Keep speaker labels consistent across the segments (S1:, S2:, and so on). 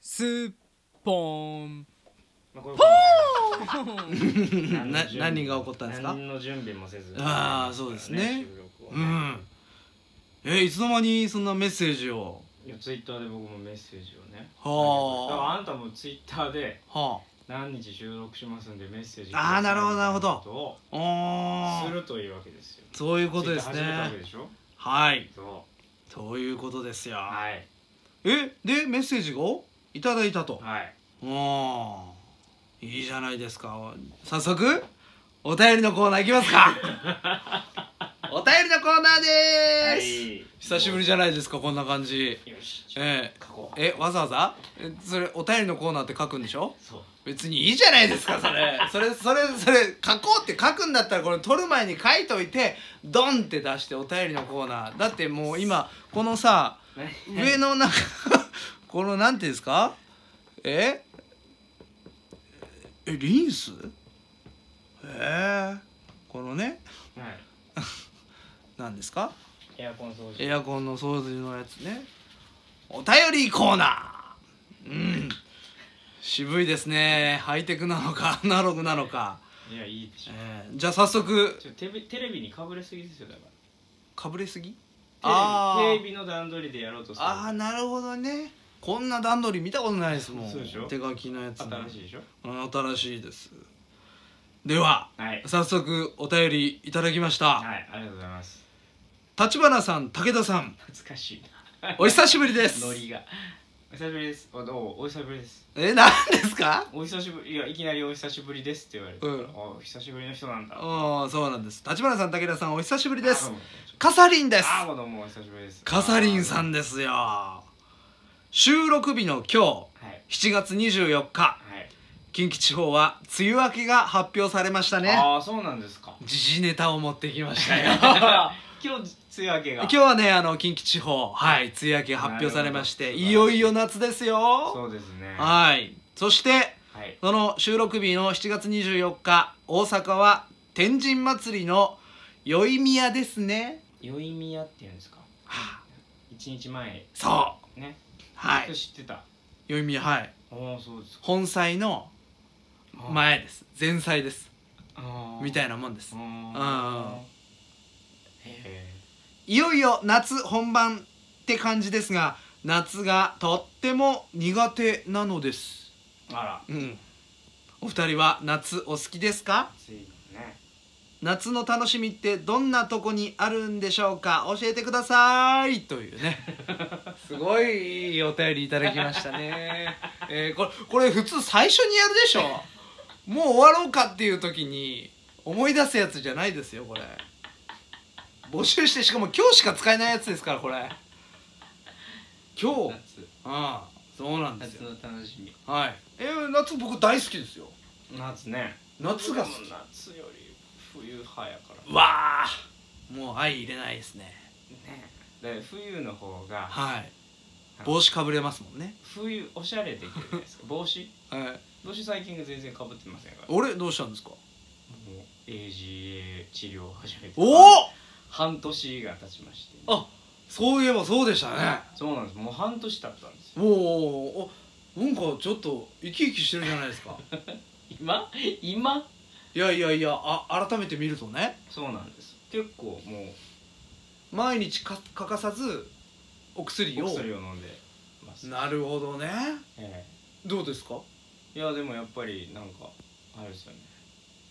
S1: すっぽん
S2: まあこれは
S3: な
S2: の準備
S3: 何が起こったんですか
S2: 何の準備もせず
S3: あーそうですね
S2: 収録を
S3: う
S2: ね
S3: んえいつの間にそんなメッセージを
S2: いやツイッターで僕もメッセージをねだから
S3: は
S2: あんたもツイッターで
S3: あは
S2: 何日収録しますんでメッセージ
S3: あーなるほどなるほど
S2: ど
S3: ああ
S2: す
S3: ー
S2: るというわけですよ
S3: そういうことです
S2: ツイッター始めたわけ
S3: ね
S2: でしょ
S3: はい
S2: そ
S3: ということですよ
S2: うはい
S3: えでメッセージをいただいたと
S2: はい
S3: おーいいじゃないですか早速お便りのコーナーいきます かお便りのコーナーでーす、久しぶりじゃないですかこんな感じ
S2: りよし
S3: ええ
S2: 書こう
S3: えわざわざえそれお便りのコーナーって書くんでしょ
S2: そう
S3: 別にいいじゃないですかそれそれそれそれ書こうって書くんだったらこれ取る前に書いといてドンって出してお便りのコーナーだってもう今このさ上のなんか このなんていうんですかええリンスえー、このね
S2: はい
S3: 何ですか
S2: エアコン掃除
S3: エアコンの掃除のやつねお便りコーナーうん渋いですねハイテクなのかアナログなのか、
S2: いやいいでしょ
S3: えーじゃあ早速
S2: ちょテレビテレビにかぶれすぎですよだから
S3: かぶれすぎあ
S2: テレビ
S3: ー
S2: テレビの段取りでやろうとする
S3: あーなるほどねこんな段取り見たことないですもん
S2: そうでしょ
S3: 手書きのやつ、ね、
S2: 新しいでしょ
S3: うん新しいですでは
S2: はい
S3: 早速お便りいただきました
S2: はいありがとうございます
S3: 立花さん武田さん
S2: 懐かしいな
S3: お久しぶりです
S2: ノリがお久しぶりですおどうもお久しぶりです
S3: え何ですか
S2: お久しぶりいやいきなりお久しぶりですって言われて、
S3: うん
S2: お久しぶりの人なんだ
S3: うんそうなんです立花さん武田さんお久しぶりです
S2: あ
S3: カサリンです
S2: あーどうもお久しぶりです
S3: カサリンさ
S2: ん
S3: んですよ収録日の今
S2: はい
S3: 日7月24日
S2: はい、
S3: 近畿地方は梅雨明けが発表されましたね
S2: ああそうなんです か
S3: 時事ネタを持ってきました よ
S2: 今日梅雨明けが
S3: 今日はねあの近畿地方はい梅雨明けが発表されまし
S2: なる
S3: て
S2: ほど
S3: いよいよ夏ですよ
S2: そうですねは
S3: はいそして
S2: い
S3: その収録日の7月24日大阪は天神祭りの宵宮ですね
S2: 宵宮っていうんですか
S3: はあ
S2: 一日前
S3: そう
S2: ね
S3: は
S2: それ
S3: い
S2: 知ってた
S3: 宵宮はい
S2: おおそうですか
S3: 本祭の前です前菜です
S2: あー
S3: みたいなもんです
S2: あ
S3: うん
S2: ーへ
S3: いよいよ夏本番って感じですが夏がとっても苦手なのです
S2: ーあら
S3: うんお二人は夏お好きですか
S2: 暑いね
S3: 夏の楽しみってどんなとこにあるんでしょうか教えてくださいというね すごいいいお便りいただきましたね、えーこれこれ普通最初にやるでしょもう終わろうかっていう時に思い出すやつじゃないですよこれ募集してしかも今日しか使えないやつですからこれ今日
S2: 夏
S3: ああそうなんです
S2: 夏
S3: よ
S2: の楽しみ
S3: はいえー夏僕大好きですよ
S2: 夏ね
S3: 夏が好き
S2: 僕も夏より冬派やから
S3: わあもう相入れないですね
S2: ねで冬の方が
S3: はい帽子かぶれますもんね、
S2: 冬おしゃれできるじゃないですか帽子
S3: はい、
S2: 帽子最近全然かぶってませんからもう
S3: 俺どうしたんですか
S2: AGA 治療を始めて
S3: おお
S2: 半年が経ちまして
S3: あそういえばそうでしたね
S2: そうなんですもう半年経ったんですよ
S3: おーおーおなんかちょっと生き生きしてるじゃないですか
S2: 今今
S3: いやいやいやあ改めて見るとね
S2: そうなんです結構もう
S3: 毎日か欠かさずお薬を
S2: お薬を飲んでます、
S3: なるほどね
S2: え
S3: どうですか
S2: えいやでもやっぱりなんかあれですよね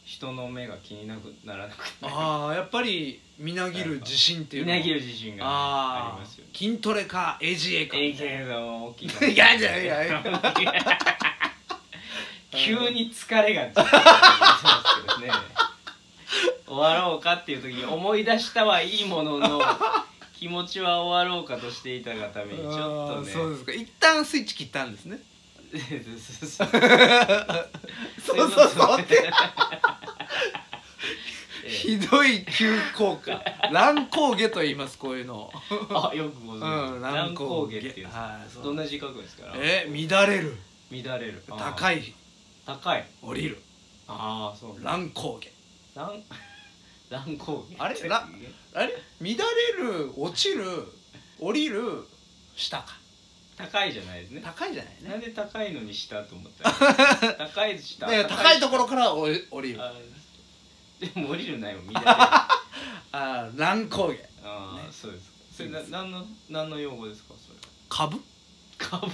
S2: 人の目が気になくならなくなる
S3: ああやっぱりみなぎる自信っていう
S2: み
S3: の
S2: なぎる自信があ
S3: あ
S2: り
S3: あ
S2: ますよね
S3: 筋トレか AGA か
S2: ええけど大きい
S3: いやいやいやいや
S2: 急に疲れが出てきますけどね終わろうかっていう時に思い出したはいいものの気持ちは終わろうかとしていたがためにちょっと
S3: あー
S2: ね
S3: そうですか一旦スイッチ切ったんですね
S2: そうそう
S3: そうそうそうって
S2: ええ
S3: ひどい急降下 乱高下と言いますこういうのを
S2: あよくご
S3: うん
S2: 存知乱高下っていうんですか
S3: はいそ
S2: どん
S3: う
S2: な字書くんですから
S3: え乱れる
S2: 乱れる
S3: 高
S2: い
S3: い
S2: 高い
S3: 降りる
S2: ああそう
S3: 乱高下
S2: 乱 乱高下
S3: あれらあれ乱れる落ちる降りる下か
S2: 高いじゃないですね
S3: 高いじゃない
S2: な
S3: ね
S2: んで高いのにしたと思ったら 高いした
S3: で高いところから降り降りるあ
S2: あ でも降りるなよみたいな
S3: あー乱高下
S2: あー、
S3: ね
S2: そうですそれな何の何の用語ですかそれ
S3: 株
S2: 株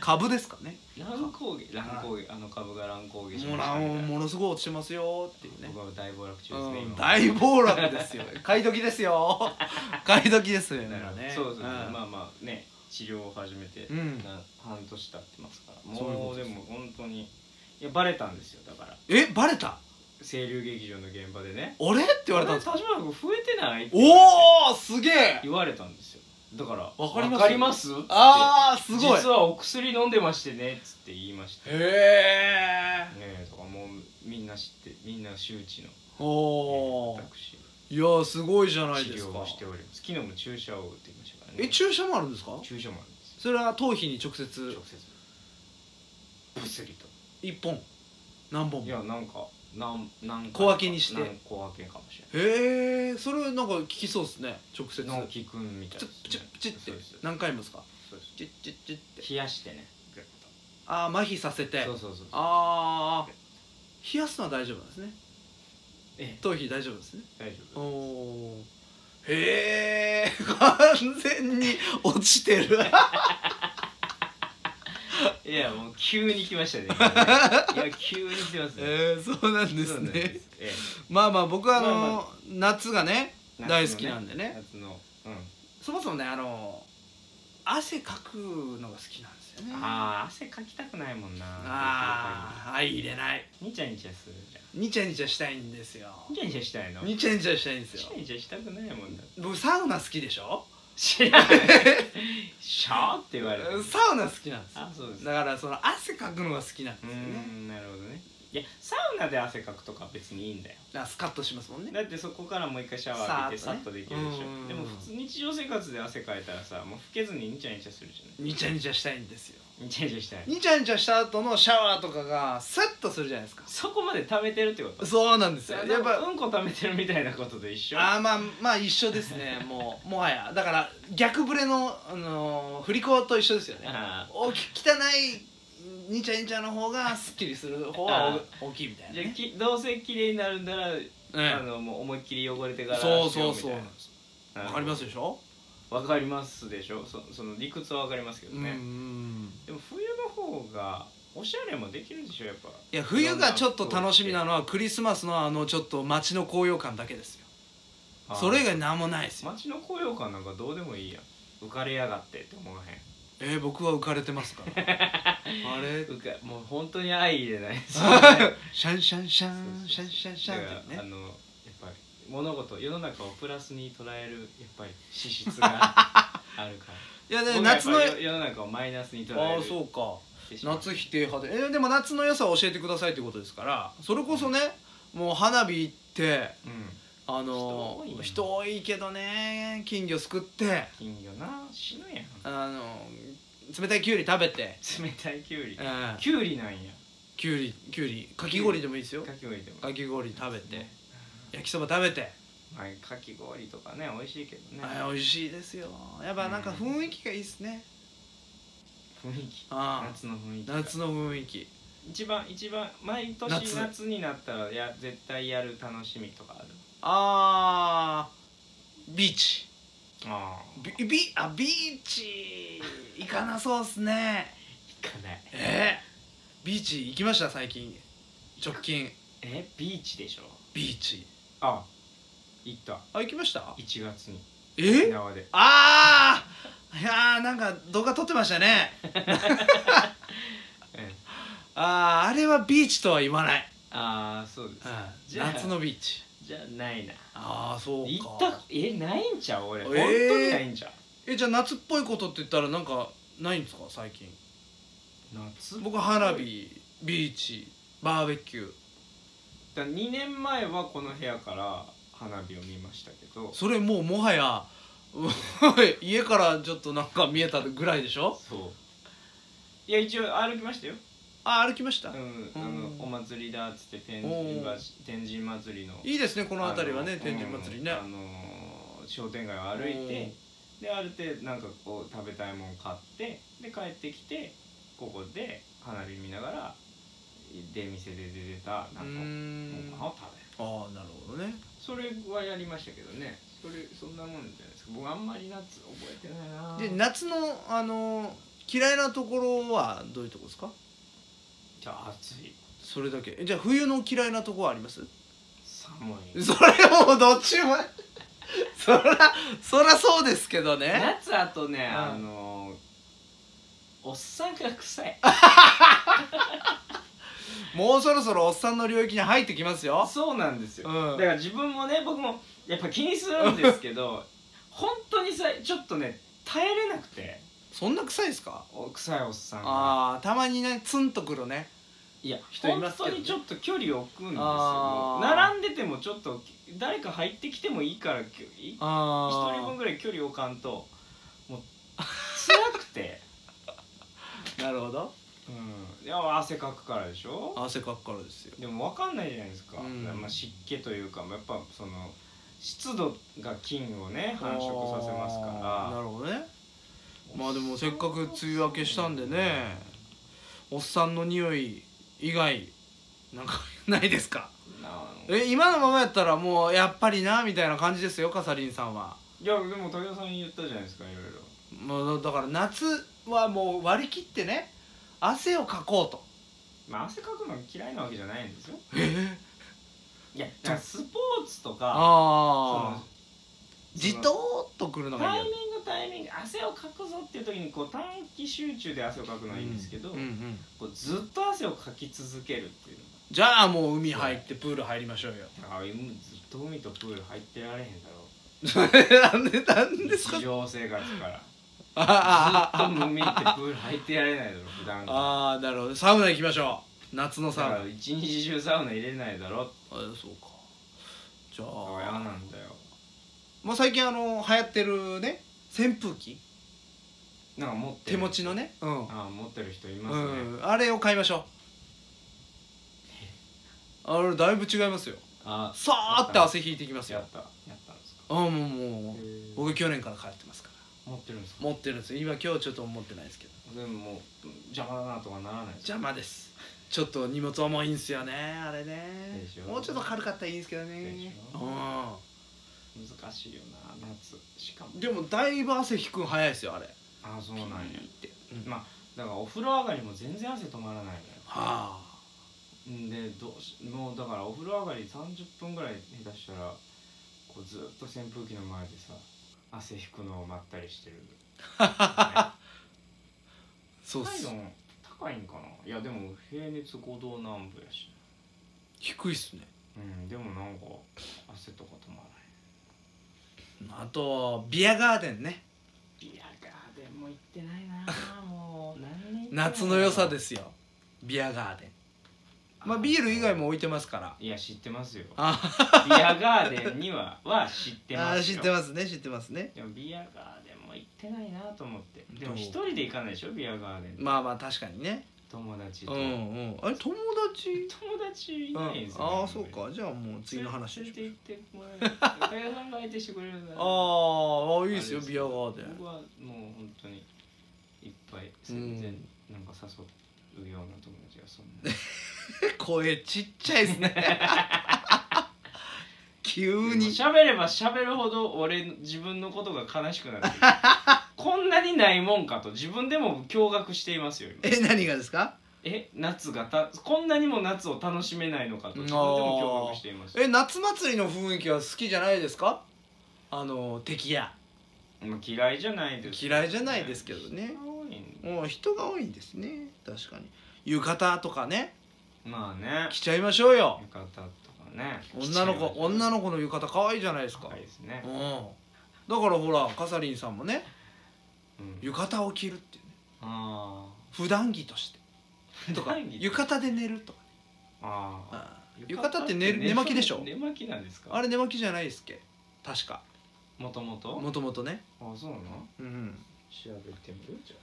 S3: 株ですかね
S2: 乱高下乱高下あの株が乱高下し
S3: もう
S2: ました
S3: な
S2: みたいな
S3: ものすごい落ちてますよっていうね
S2: 僕は大暴落中ですね、
S3: うん
S2: 今
S3: 大暴落ですよ買い時で すよ買い時ですよね
S2: なるほど
S3: ね
S2: そうですね、
S3: ん
S2: まあまあね治療を始めて、
S3: うん
S2: な半年経ってますから
S3: そういうこ
S2: も
S3: と
S2: う
S3: で
S2: ですも本当にいやバレたんですよだから
S3: えバレた
S2: 清流劇場の現場でね
S3: 俺って言われたん
S2: あ
S3: で
S2: れ田
S3: す
S2: 島君増えてないって言われて
S3: おおすげえ
S2: 言われたんですよだから
S3: わかります
S2: わかりますって
S3: ああすごい
S2: 実はお薬飲んでましてねっつって言いましたね
S3: へ
S2: え
S3: え
S2: とからもうみんな知ってみんな周知の、
S3: おー
S2: 私
S3: いやーすごいじゃない
S2: 治
S3: です
S2: 療
S3: か
S2: をしております昨日も注射を打ってきましたからね
S3: え注射もあるんですか
S2: 注射もあるんです
S3: それは頭皮に直接
S2: 直接ブスリと
S3: 1本何本
S2: い
S3: も
S2: やなんかなんなんか
S3: 小分けにして
S2: なん小分けかもしれ
S3: へえそれなんか効きそうですね直接
S2: ない直樹くんみたい
S3: プチ
S2: な
S3: ップチップチッって
S2: そうですそう
S3: 何回もですか
S2: です
S3: チッチッチッって
S2: 冷やしてねグッ
S3: ああ麻痺させて
S2: とそうそうそう
S3: ああ冷やすのは大丈夫なんですね
S2: ええ
S3: 頭皮大丈夫ですね
S2: 大丈
S3: お
S2: 夫
S3: おへえ 完全に落ちてる
S2: いやもう急に来ましたね 今ねいや急に来てますね
S3: えー、そうなんですね
S2: ええ
S3: まあまあ僕はあの、
S2: まあ
S3: 夏がね 大好きなんでね
S2: 夏の、うん、
S3: そもそもねあの汗かくのが好きなんですよね
S2: あー汗かきたくないもんな
S3: あーあ入れない
S2: にちゃにちゃするじゃん
S3: ニチャニチャしたいんですよ
S2: にちゃにちゃしたいのに
S3: ニチャニチャしたいんですよ
S2: ちゃにちゃしたくないもんだ
S3: 僕サウナ好きでしょ
S2: 知 らないシャーって言われてる
S3: サウナ好きなんですよ
S2: あそうです
S3: だからその汗かくのが好きなんで
S2: う
S3: すよね
S2: んなるほどねいやサウナで汗かくとか別にいいんだよ
S3: だからスカッとしますもんね
S2: だってそこからもう一回シャワー浴びて
S3: さ
S2: さ
S3: ーっ
S2: っ
S3: と
S2: と
S3: ね
S2: できるでし
S3: うん
S2: ょでも普通日常生活で汗かいたらさもう拭けずににちゃにちゃするじゃ
S3: ニチャニチャしたいんですよ
S2: ないにちゃにちゃしたい
S3: ニチャニチャした後のシャワーとかがスッとするじゃないですか
S2: そこまで溜めてるってこと
S3: そうなんですよやっぱ
S2: うんこ溜めてるみたいなことと一緒
S3: あーまあまあ一緒ですねもうもはやだから逆ブレの、あのー振り子と一緒ですよね
S2: あ
S3: 大き汚いにちゃにちゃの方がすっきりする方は大きいみたい
S2: ー
S3: な
S2: じゃ
S3: ね
S2: あきどうせ綺麗になるんなら、あ
S3: うん
S2: のもう思いっきり汚れてから
S3: そうそう
S2: しよみたいな
S3: わかりますでしょ
S2: わかりますでしょそその理屈はわかりますけど
S3: うんうんう
S2: ね、
S3: ん
S2: でも冬の方がおしゃれもできるでしょやっぱ
S3: いや冬がちょっと楽しみなのはクリスマスのあのちょっと街の高揚感だけですよ
S2: あー
S3: それ以外何もないですよ
S2: 街の高揚感なんかどうでもいいやん浮かれやがってって思わへ
S3: えー、僕は浮かれてますから あれ
S2: ん浮かもう本当に相入れない ですよね
S3: シャンシャンシャンシャンシャンシャンって
S2: だからあ
S3: ね
S2: のやっぱり物事世の中をプラスに捉えるやっぱり資質 があるから
S3: いやで
S2: 僕はやっ
S3: 夏
S2: ぱ
S3: のあ
S2: 世の中をマイナスに捉え
S3: あ
S2: る
S3: ーそうか
S2: ってしまう
S3: 夏否定派でえーでも夏の良さを教えてくださいってことですからそれこそねもう花火行って
S2: うん
S3: あの
S2: 人多い
S3: ー
S2: な
S3: 人多いけどね金魚すくって
S2: 金魚な死ぬやん
S3: あのー冷たいきゅうり食べて、
S2: 冷たいきゅうり
S3: えー
S2: きゅうりなんや
S3: きゅうりきゅうりかき氷でもいいですよ
S2: かき氷でも
S3: かき氷食べて焼きそば食べて、
S2: まあかき氷とかね美味しいけどね
S3: あー美味しいですよやっぱなんか雰囲気がいいですね
S2: 雰囲気
S3: あー
S2: 夏の雰囲気が
S3: 夏の雰囲気
S2: 一番一番毎年
S3: 夏
S2: 夏になったらや絶対やる楽しみとかある
S3: あービーチ
S2: ああ
S3: ビビあビーチ行かなそうっすね
S2: 行かない
S3: えー、ビーチ行きました最近直近
S2: えビーチでしょ
S3: ビーチ
S2: あ行った
S3: あ行きました
S2: 1月に沖
S3: え
S2: 縄で
S3: ああいやーなんか動画撮ってましたね
S2: ええ
S3: あああれはビーチとは言わない、
S2: ああそうですじゃあ
S3: 夏のビーチ
S2: じゃあないな
S3: ああそうか
S2: 行ったえないんちゃう俺
S3: え
S2: 本当にないんちゃう
S3: えじゃあ夏っぽいことって言ったらなんかないんですか最近
S2: 夏
S3: 僕花火ビーチバーベキュー
S2: だ2年前はこの部屋から花火を見ましたけど
S3: それもうもはや 家からちょっとなんか見えたぐらいでしょ
S2: そういや一応歩きましたよ、
S3: あ歩きました、
S2: うん、あの
S3: うん
S2: お祭りだっつって天
S3: お
S2: 神
S3: ー
S2: 橋天神祭りの
S3: いいですねこ
S2: こ
S3: の辺りはね天神祭りね、
S2: あのー商店街を歩いてである程度なんかこう食べたいもん買ってで帰ってきてここで花火見ながら出店で出てたなんか
S3: う
S2: も
S3: ん
S2: ご飯を食べる
S3: ああなるほどね
S2: それはやりましたけどねそれそんなもんじゃないですか僕あんまり夏覚えてないな
S3: で夏のあの嫌いなところはどういうとこですか
S2: じゃあ暑い
S3: それだけえじゃあ冬の嫌いなとこはあります
S2: 寒い
S3: それもうどっちも そらそらそうですけどね
S2: 夏あとね
S3: うん
S2: あのおっさんが臭い
S3: もうそろそろおっさんの領域に入ってきますよ
S2: そうなんですよ、
S3: うん
S2: だから自分もね僕もやっぱ気にするんですけど 本当にさちょっとね耐えれなくて
S3: そんな臭いですか
S2: お臭いおっさんが
S3: ああたまにねツンとくるね
S2: いや
S3: 人いますけど
S2: 本
S3: ね
S2: 当にちょっと距離を置くんですよ
S3: あー
S2: 並んでてもちょっと誰か入ってきてもいいからきょい一人分
S3: あ
S2: ぐらい距離置かんともう辛く て、
S3: あなるほど
S2: うん、いや汗かくからでしょ
S3: 汗かくからですよ
S2: でも分かんないじゃないですか、
S3: うん
S2: まあ、湿気というかやっぱその湿度が菌をね繁殖させます
S3: あーな
S2: か
S3: るほどねまあでもせっかく梅雨明けしたんでねおっさんの匂い以外なんかないですから
S2: な
S3: え今のままやったらもうやっぱりなみたいな感じですよカサリンさんはい
S2: やでも武田さん言ったじゃないですかいろいろ
S3: もうだから夏はもう割り切ってね汗をかこうと
S2: まあ汗かくの嫌いなわけじゃないんですよ
S3: ええ
S2: いやなんかスポーツとか
S3: ああ
S2: その
S3: じとーっとくる
S2: そ
S3: の
S2: の
S3: が
S2: タイ
S3: 嫌
S2: ミングタイミング汗をかくぞっていう時にこう短期集中で汗をかくのはいいんですけど、
S3: うんうん
S2: こうずっと汗をかき続けるっていう
S3: じゃあもう海入ってプール入りましょうよ
S2: のがあずっと海とプール入ってられへんだろう
S3: なんでなんですか
S2: 日常生活から
S3: あ
S2: ずっ
S3: あ
S2: と海行ってプール入ってやれないだろ普段から
S3: ああなるほどサウナ行きましょう夏の
S2: だか
S3: サウナあ
S2: ら一日中サウナ入れないだろ
S3: そうかじゃ
S2: 親
S3: あ
S2: なんだよ
S3: まあ最近あの流行ってるね扇風機
S2: なんか持って
S3: 手
S2: る
S3: 持ちのねうん、う
S2: ああ持ってる人いますね、
S3: ん、あれを買いましょうあれだいぶ違いますよ
S2: あ
S3: さーって汗引いてきます
S2: や
S3: よ
S2: ったやったんですか
S3: あもうもう
S2: 僕
S3: 僕去年から帰ってますか
S2: 持ってるんですから
S3: 持ってるんですよ今今日ちょっと持ってないですけど
S2: でももう邪魔だなとかならないです
S3: 邪魔ですちょっと荷物重いんすよねあれね
S2: でしょ
S3: もうちょっと軽かったらいいんですけどね
S2: でし
S3: うん
S2: 難しいよな夏しかも
S3: でもだいぶ汗引くん早いですよあれ
S2: ああそうなんや
S3: って、
S2: まあだからお風呂上がりも全然汗止まらないのよ
S3: はあ
S2: んでどうしもうだからお風呂上がり30分ぐらい下手したらこうずっと扇風機の前でさ汗引くのをまったりして る、ね、
S3: そうっ
S2: 高い
S3: す
S2: の高いんかないやでも平熱5度南部やし
S3: 低いっすね
S2: うんでもなんか汗とか止まらない
S3: あとビアガーデンね
S2: ビアガーデンも行ってないなあもう何年行ってない
S3: 夏の良さですよビアガーデンまあビール以外も置いてますから
S2: いや知ってますよ
S3: あ
S2: ビアガーデンにはは知ってます
S3: あ
S2: よ
S3: 知ってますね知ってますね
S2: でもビアガーデンも行ってないなと思ってで
S3: ど
S2: も
S3: う
S2: 一人で行かないでしょビアガーデン
S3: まあまあ確かにね
S2: 友達
S3: う
S2: と、
S3: んうんあれ友達
S2: 友達いないんですよ、
S3: ああーそうかじゃあもう次の話
S2: で
S3: で
S2: し
S3: し
S2: ょ
S3: ょ
S2: 連れて行ってもらえる 武田さんが相手してくれるなら
S3: あーあ
S2: あ
S3: いいですよビアガーデ
S2: 僕
S3: ン
S2: はもう本当にいっぱい全然なんか誘うような友達がそんな、
S3: 声ちっちゃい ですね 急
S2: でも
S3: に
S2: 喋れば喋るほど俺の自分のことが悲しくなってくるこんなにないもんかと自分でも驚愕していますよ今
S3: え何がですか
S2: え夏がたこんなにも夏を楽しめないのかと自分でも驚愕しています
S3: え夏祭りの雰囲気は好きじゃないですかあの敵や
S2: まあ嫌いじゃないですけどね、
S3: 嫌いじゃないですけどね
S2: 多いん
S3: もう人が多いんですね確かに浴衣とかね
S2: まあね
S3: 着ちゃいましょうよ
S2: 浴衣とかね
S3: 女の子女
S2: の
S3: の子の浴衣可愛いじゃないです
S2: 子
S3: か、
S2: いですね
S3: う、んだからほらカサリンさんもね
S2: うん、
S3: 浴衣を着るっていうね
S2: あ
S3: 普段着とし てとか
S2: 普段着
S3: 浴衣で寝るとかね
S2: ーあ
S3: ああ浴衣って寝る寝巻きでしょ
S2: 寝巻きなんですか
S3: あれ寝巻きじゃないですっけ確か
S2: もともと
S3: もともとね
S2: あそうなの
S3: うん
S2: 調べてみるじ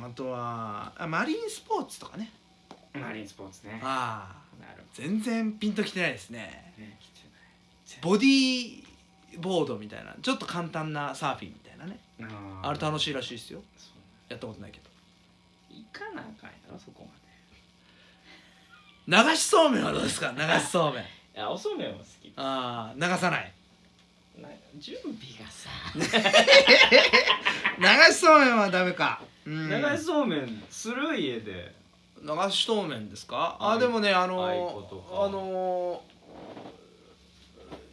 S3: あとはあマリンスポーツとかね
S2: ゃマリンスポーツね
S3: ああ
S2: なるほ
S3: 全然ピンときてないですね
S2: どね来てない
S3: ボディボードみたいなちょっと簡単なサーフィンみたいなねあれ楽
S2: しい
S3: しいらしいですよ
S2: そう
S3: やったことないけど
S2: 行かなあかんやろそこまで
S3: 流しそうめんはどうですか流しそうめん
S2: いやおそうめんは好き
S3: ああ流さない
S2: な準備がさ
S3: 流しそうめんはダメか、うん、
S2: 流しそうめんする家で
S3: 流しそうめんですか
S2: は
S3: あ
S2: い
S3: でもねあの
S2: あい
S3: ー
S2: ことか
S3: あの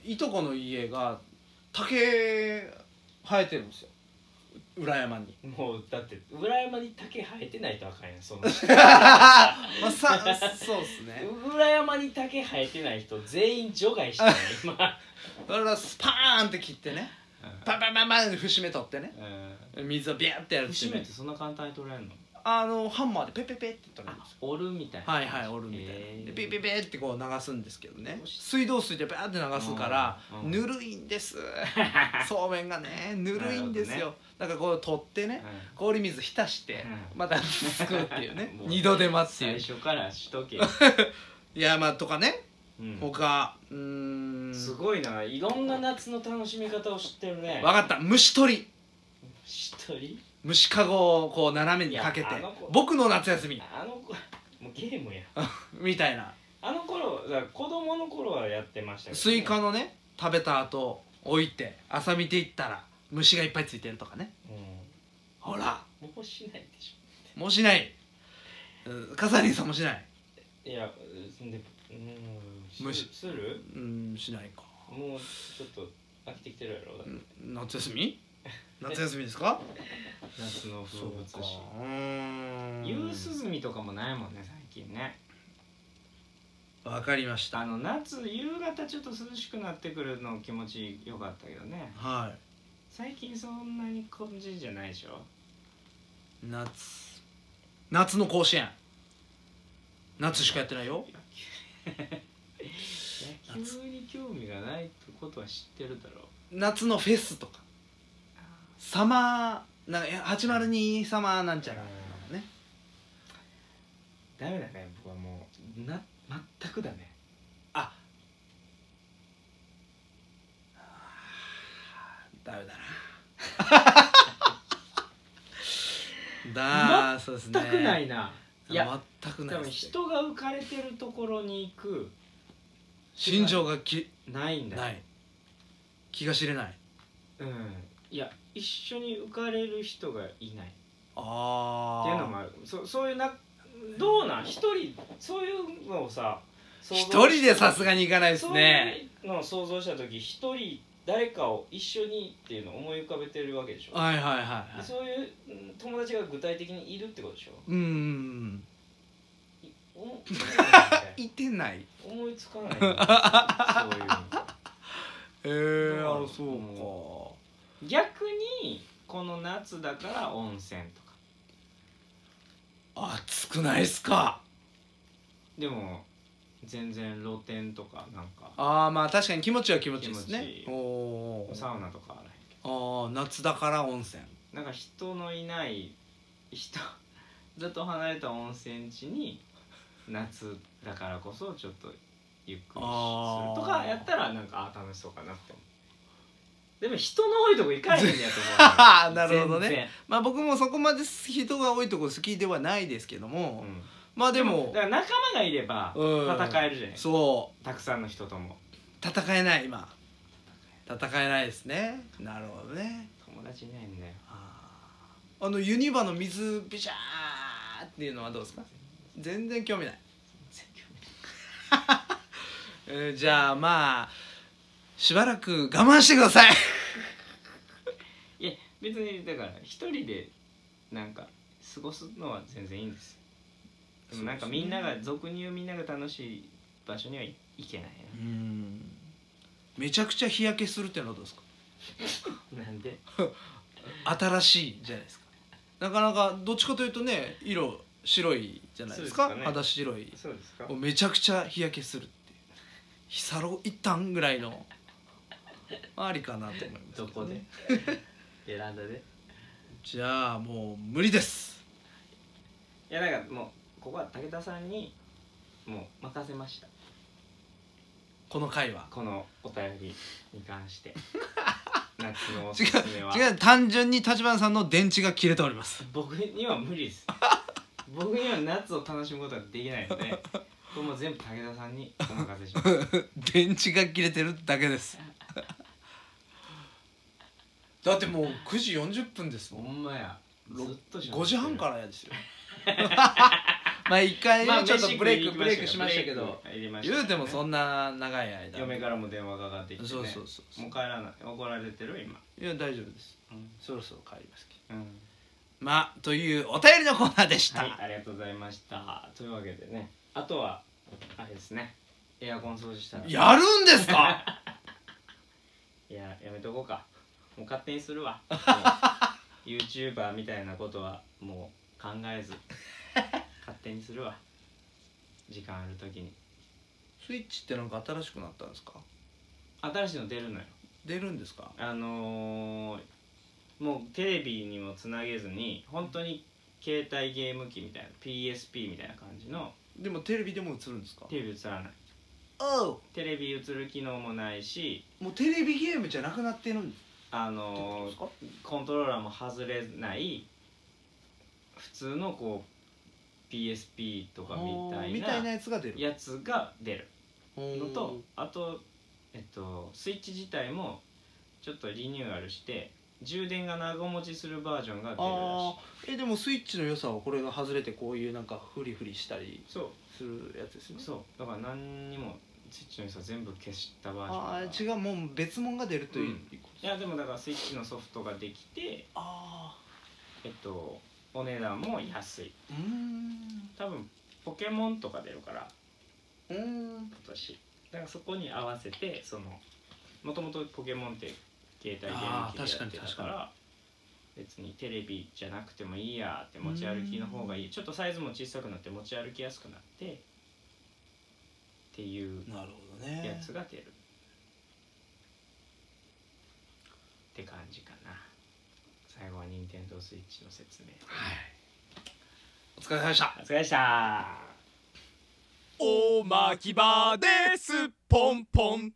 S3: ーいとこの家が竹生えてるんですよ裏山に
S2: もうだって裏山に竹生えてないとあかんやん その人
S3: まあさ そうですね
S2: 裏山に竹生えてない人全員除外してない 今
S3: だからスパーンって切ってねパンパンパンパンって節目取ってね水をビャーってやるってい
S2: 節
S3: う
S2: 目
S3: ね
S2: ってそんな簡単に取れんの
S3: あのハンマーでペペペって取れるんですよ
S2: 折るみたいな
S3: はいはい折るみたいな、
S2: へー
S3: でピピピってこう流すんですけどね
S2: どうし
S3: 水道水でバーって流すから
S2: うんうん
S3: ぬるいんです そうめんがねぬるいんです
S2: なる
S3: よ、だからこう取ってね、
S2: う
S3: 氷水浸して、
S2: うん
S3: また作るっていうね
S2: もう
S3: 二度手間ってい
S2: 最初
S3: う
S2: からしと けよ、
S3: いやまあとかね
S2: うん
S3: 他うーん
S2: すごいないろんな夏の楽しみ方を知ってるね
S3: わかった虫取り
S2: 一人
S3: 虫かごをこう斜めにかけて
S2: いやあの子
S3: 僕の夏休み
S2: あの子もうゲームや
S3: みたいな
S2: あの頃だから子供の頃はやってましたけどね、
S3: スイカのね食べた後置いて朝見ていったら虫がいっぱいついてるとかね
S2: うん
S3: ほら
S2: もうしないでし
S3: もうしないうんカサリンさんもしない
S2: ょいやうんでうん
S3: 無
S2: す
S3: 視
S2: する
S3: うんしないか
S2: もうちょっと飽きてきてるやろだって
S3: 夏休 み夏休みですか
S2: 夏の風物詩
S3: うーん
S2: 夕涼みとかもないもんね最近ね
S3: わかりました
S2: あの夏夕方ちょっと涼しくなってくるの気持ちよかったけどね
S3: は
S2: 最近そんなに感じじゃないでしょ
S3: い夏夏の甲子園夏しかやってないよ
S2: 野球に興味がないってことは知ってるだろう
S3: 夏のフェスとかサマーなんかいや802サマーなんちゃらね
S2: ダメだね僕はもうな全くだね
S3: ダメ だなだーそうですね
S2: 全くないな、いや
S3: 全く
S2: 多
S3: ない
S2: 分
S3: ですね
S2: 人が浮かれてるところに行く
S3: 心情がき
S2: ないんだよ
S3: ない気が知れない
S2: うんいや一緒に浮かれる人がいない
S3: あ
S2: っていうのもあるそそういうなどうなん一人そういうのをさ想像
S3: 一人でさすがにいかないですね
S2: そういうのを想像した時一人誰かを一緒にっていうのを思い浮かべてるわけでしょ
S3: はいはいはい
S2: で
S3: はい
S2: そういううん友達が具体的にいるってことでしょ
S3: うーん
S2: い お
S3: いてない
S2: 思いつかないなそういうの
S3: えー、
S2: うん
S3: あそ
S2: 逆にこの夏だから温泉とか
S3: うか暑くないっすか
S2: でも全然露天とかなんか
S3: ああまあ確かに気持ちは気持ちいいです
S2: 気持ちい
S3: ね
S2: い
S3: おおー
S2: サウナとかはない
S3: あー夏だから温泉
S2: なんか人のいない人 ずっと離れた温泉地に夏だからこそちょっとゆっくりする
S3: あー
S2: とかやったらなんかあー楽しそうかなって思うでも人の多いとこ行かへんねやと思う
S3: なるほどね
S2: 全
S3: まあ僕もそこまで人が多いとこ好きではないですけども、
S2: 然うん
S3: まあで
S2: でもだ
S3: も
S2: から仲間がいれば
S3: うん
S2: 戦えるじゃない
S3: そう
S2: たくさんの人とも
S3: 戦えない今戦えないですねなるほどね
S2: 友達いないんだよ
S3: あーあのユニバの水ビシャーっていうのはどうですか全然興味ない、 えーじゃあまあしばらく我慢してください
S2: いや別にだから一人でなんか過ごすのは全然いいんですよでもなんかみんなが俗に言うみんなが楽しい場所にはい行けない
S3: うんめちゃくちゃ日焼けするっていうのはどうですか
S2: ななんで
S3: 新しいじゃないですかなかなかどっちかというとね色白いじゃないですか
S2: そうですかね
S3: 肌白い
S2: そうですか
S3: めちゃくちゃ日焼けするっていう日サロ行ったんぐらいのありかなと思いますけ
S2: ど
S3: ね
S2: こで ベランダで
S3: じゃあもう無理です
S2: いやだからもうここは武田さんにもう任せました
S3: この回は
S2: このお便りに関して 夏のおす
S3: 違
S2: すめは
S3: う違う単純に立花さんの電池が切れております
S2: 僕には無理です僕には夏を楽しむことができないのでこれもう全部武田さんにお任せします
S3: 電池が切れてるだけです だってもう9時40分です
S2: ほんまやずっと
S3: 5時半かららやですよ まあ一回
S2: まあ
S3: ねちょっとブレイクブレイクしましたけ
S2: ブレイ
S3: ど
S2: ク入りましたね
S3: 言うてもそんな長い間
S2: 嫁からも電話がかかってきて、ね、
S3: そうそうそう
S2: もう帰らない怒られてる今
S3: いや大丈夫です
S2: うん、
S3: そろそろ帰りますけど
S2: うん
S3: まあというお便りのコーナーでした、
S2: はい、ありがとうございました。というわけでね、あとは、あれですね、エアコン掃除したら、
S3: やるんですか
S2: いや、やめとこうか。もう勝手にする わ。もう YouTuber みたいなことは、もう考えず、勝手にするわ。時間あるときに。
S3: スイッチってなんか新しくなったんですか
S2: 新しいの出るのよ。
S3: 出るんですか
S2: あのー、もうテレビにもつなげずに、本当に携帯ゲーム機みたいな、PSP みたいな感じの、
S3: でもテレビでも映るんですか
S2: テレビ映らない。
S3: おう
S2: テレビ映る機能もないし、
S3: もうテレビゲームじゃなくなってるんです
S2: あ
S3: ってこと
S2: の
S3: で
S2: ー
S3: す、か
S2: コントローラーも外れない普通のこう PSP とかみた
S3: あー
S2: い
S3: みたいな
S2: な
S3: やつが出る
S2: やつが出るの
S3: の
S2: とあとえっとスイッチ自体もちょっとリニューアルして充電が長持ちするバージョンが出るら
S3: あーえでもスイッチの良さはこれが外れてこういうなんかフリフリしたり
S2: しいそ
S3: するやつですね
S2: うそうだから何にもスイッチの良さ全部消したバージョンが
S3: ああ違うもう別物が出るという、
S2: うんいやでもだからスイッチのソフトができて
S3: あ
S2: えっとお値段も安い
S3: あうーん
S2: 多分ポケモンとか出るから
S3: うーん
S2: 今年だからそこに合わせてそのもともとポケモンって携帯ゲーム機でやって
S3: あー確
S2: た
S3: か
S2: か
S3: に確
S2: ら別にテレビじゃなくてもいいやって持ち歩きの方がいいちょっとサイズも小さくなって持ち歩きやすくなってっていう
S3: なるほど
S2: や
S3: ね
S2: つが出る、って感じかな最後は任天堂スイッチの説明
S3: はいお疲れ様でした
S2: お疲れ様でした
S1: おまき場です。ポンポン。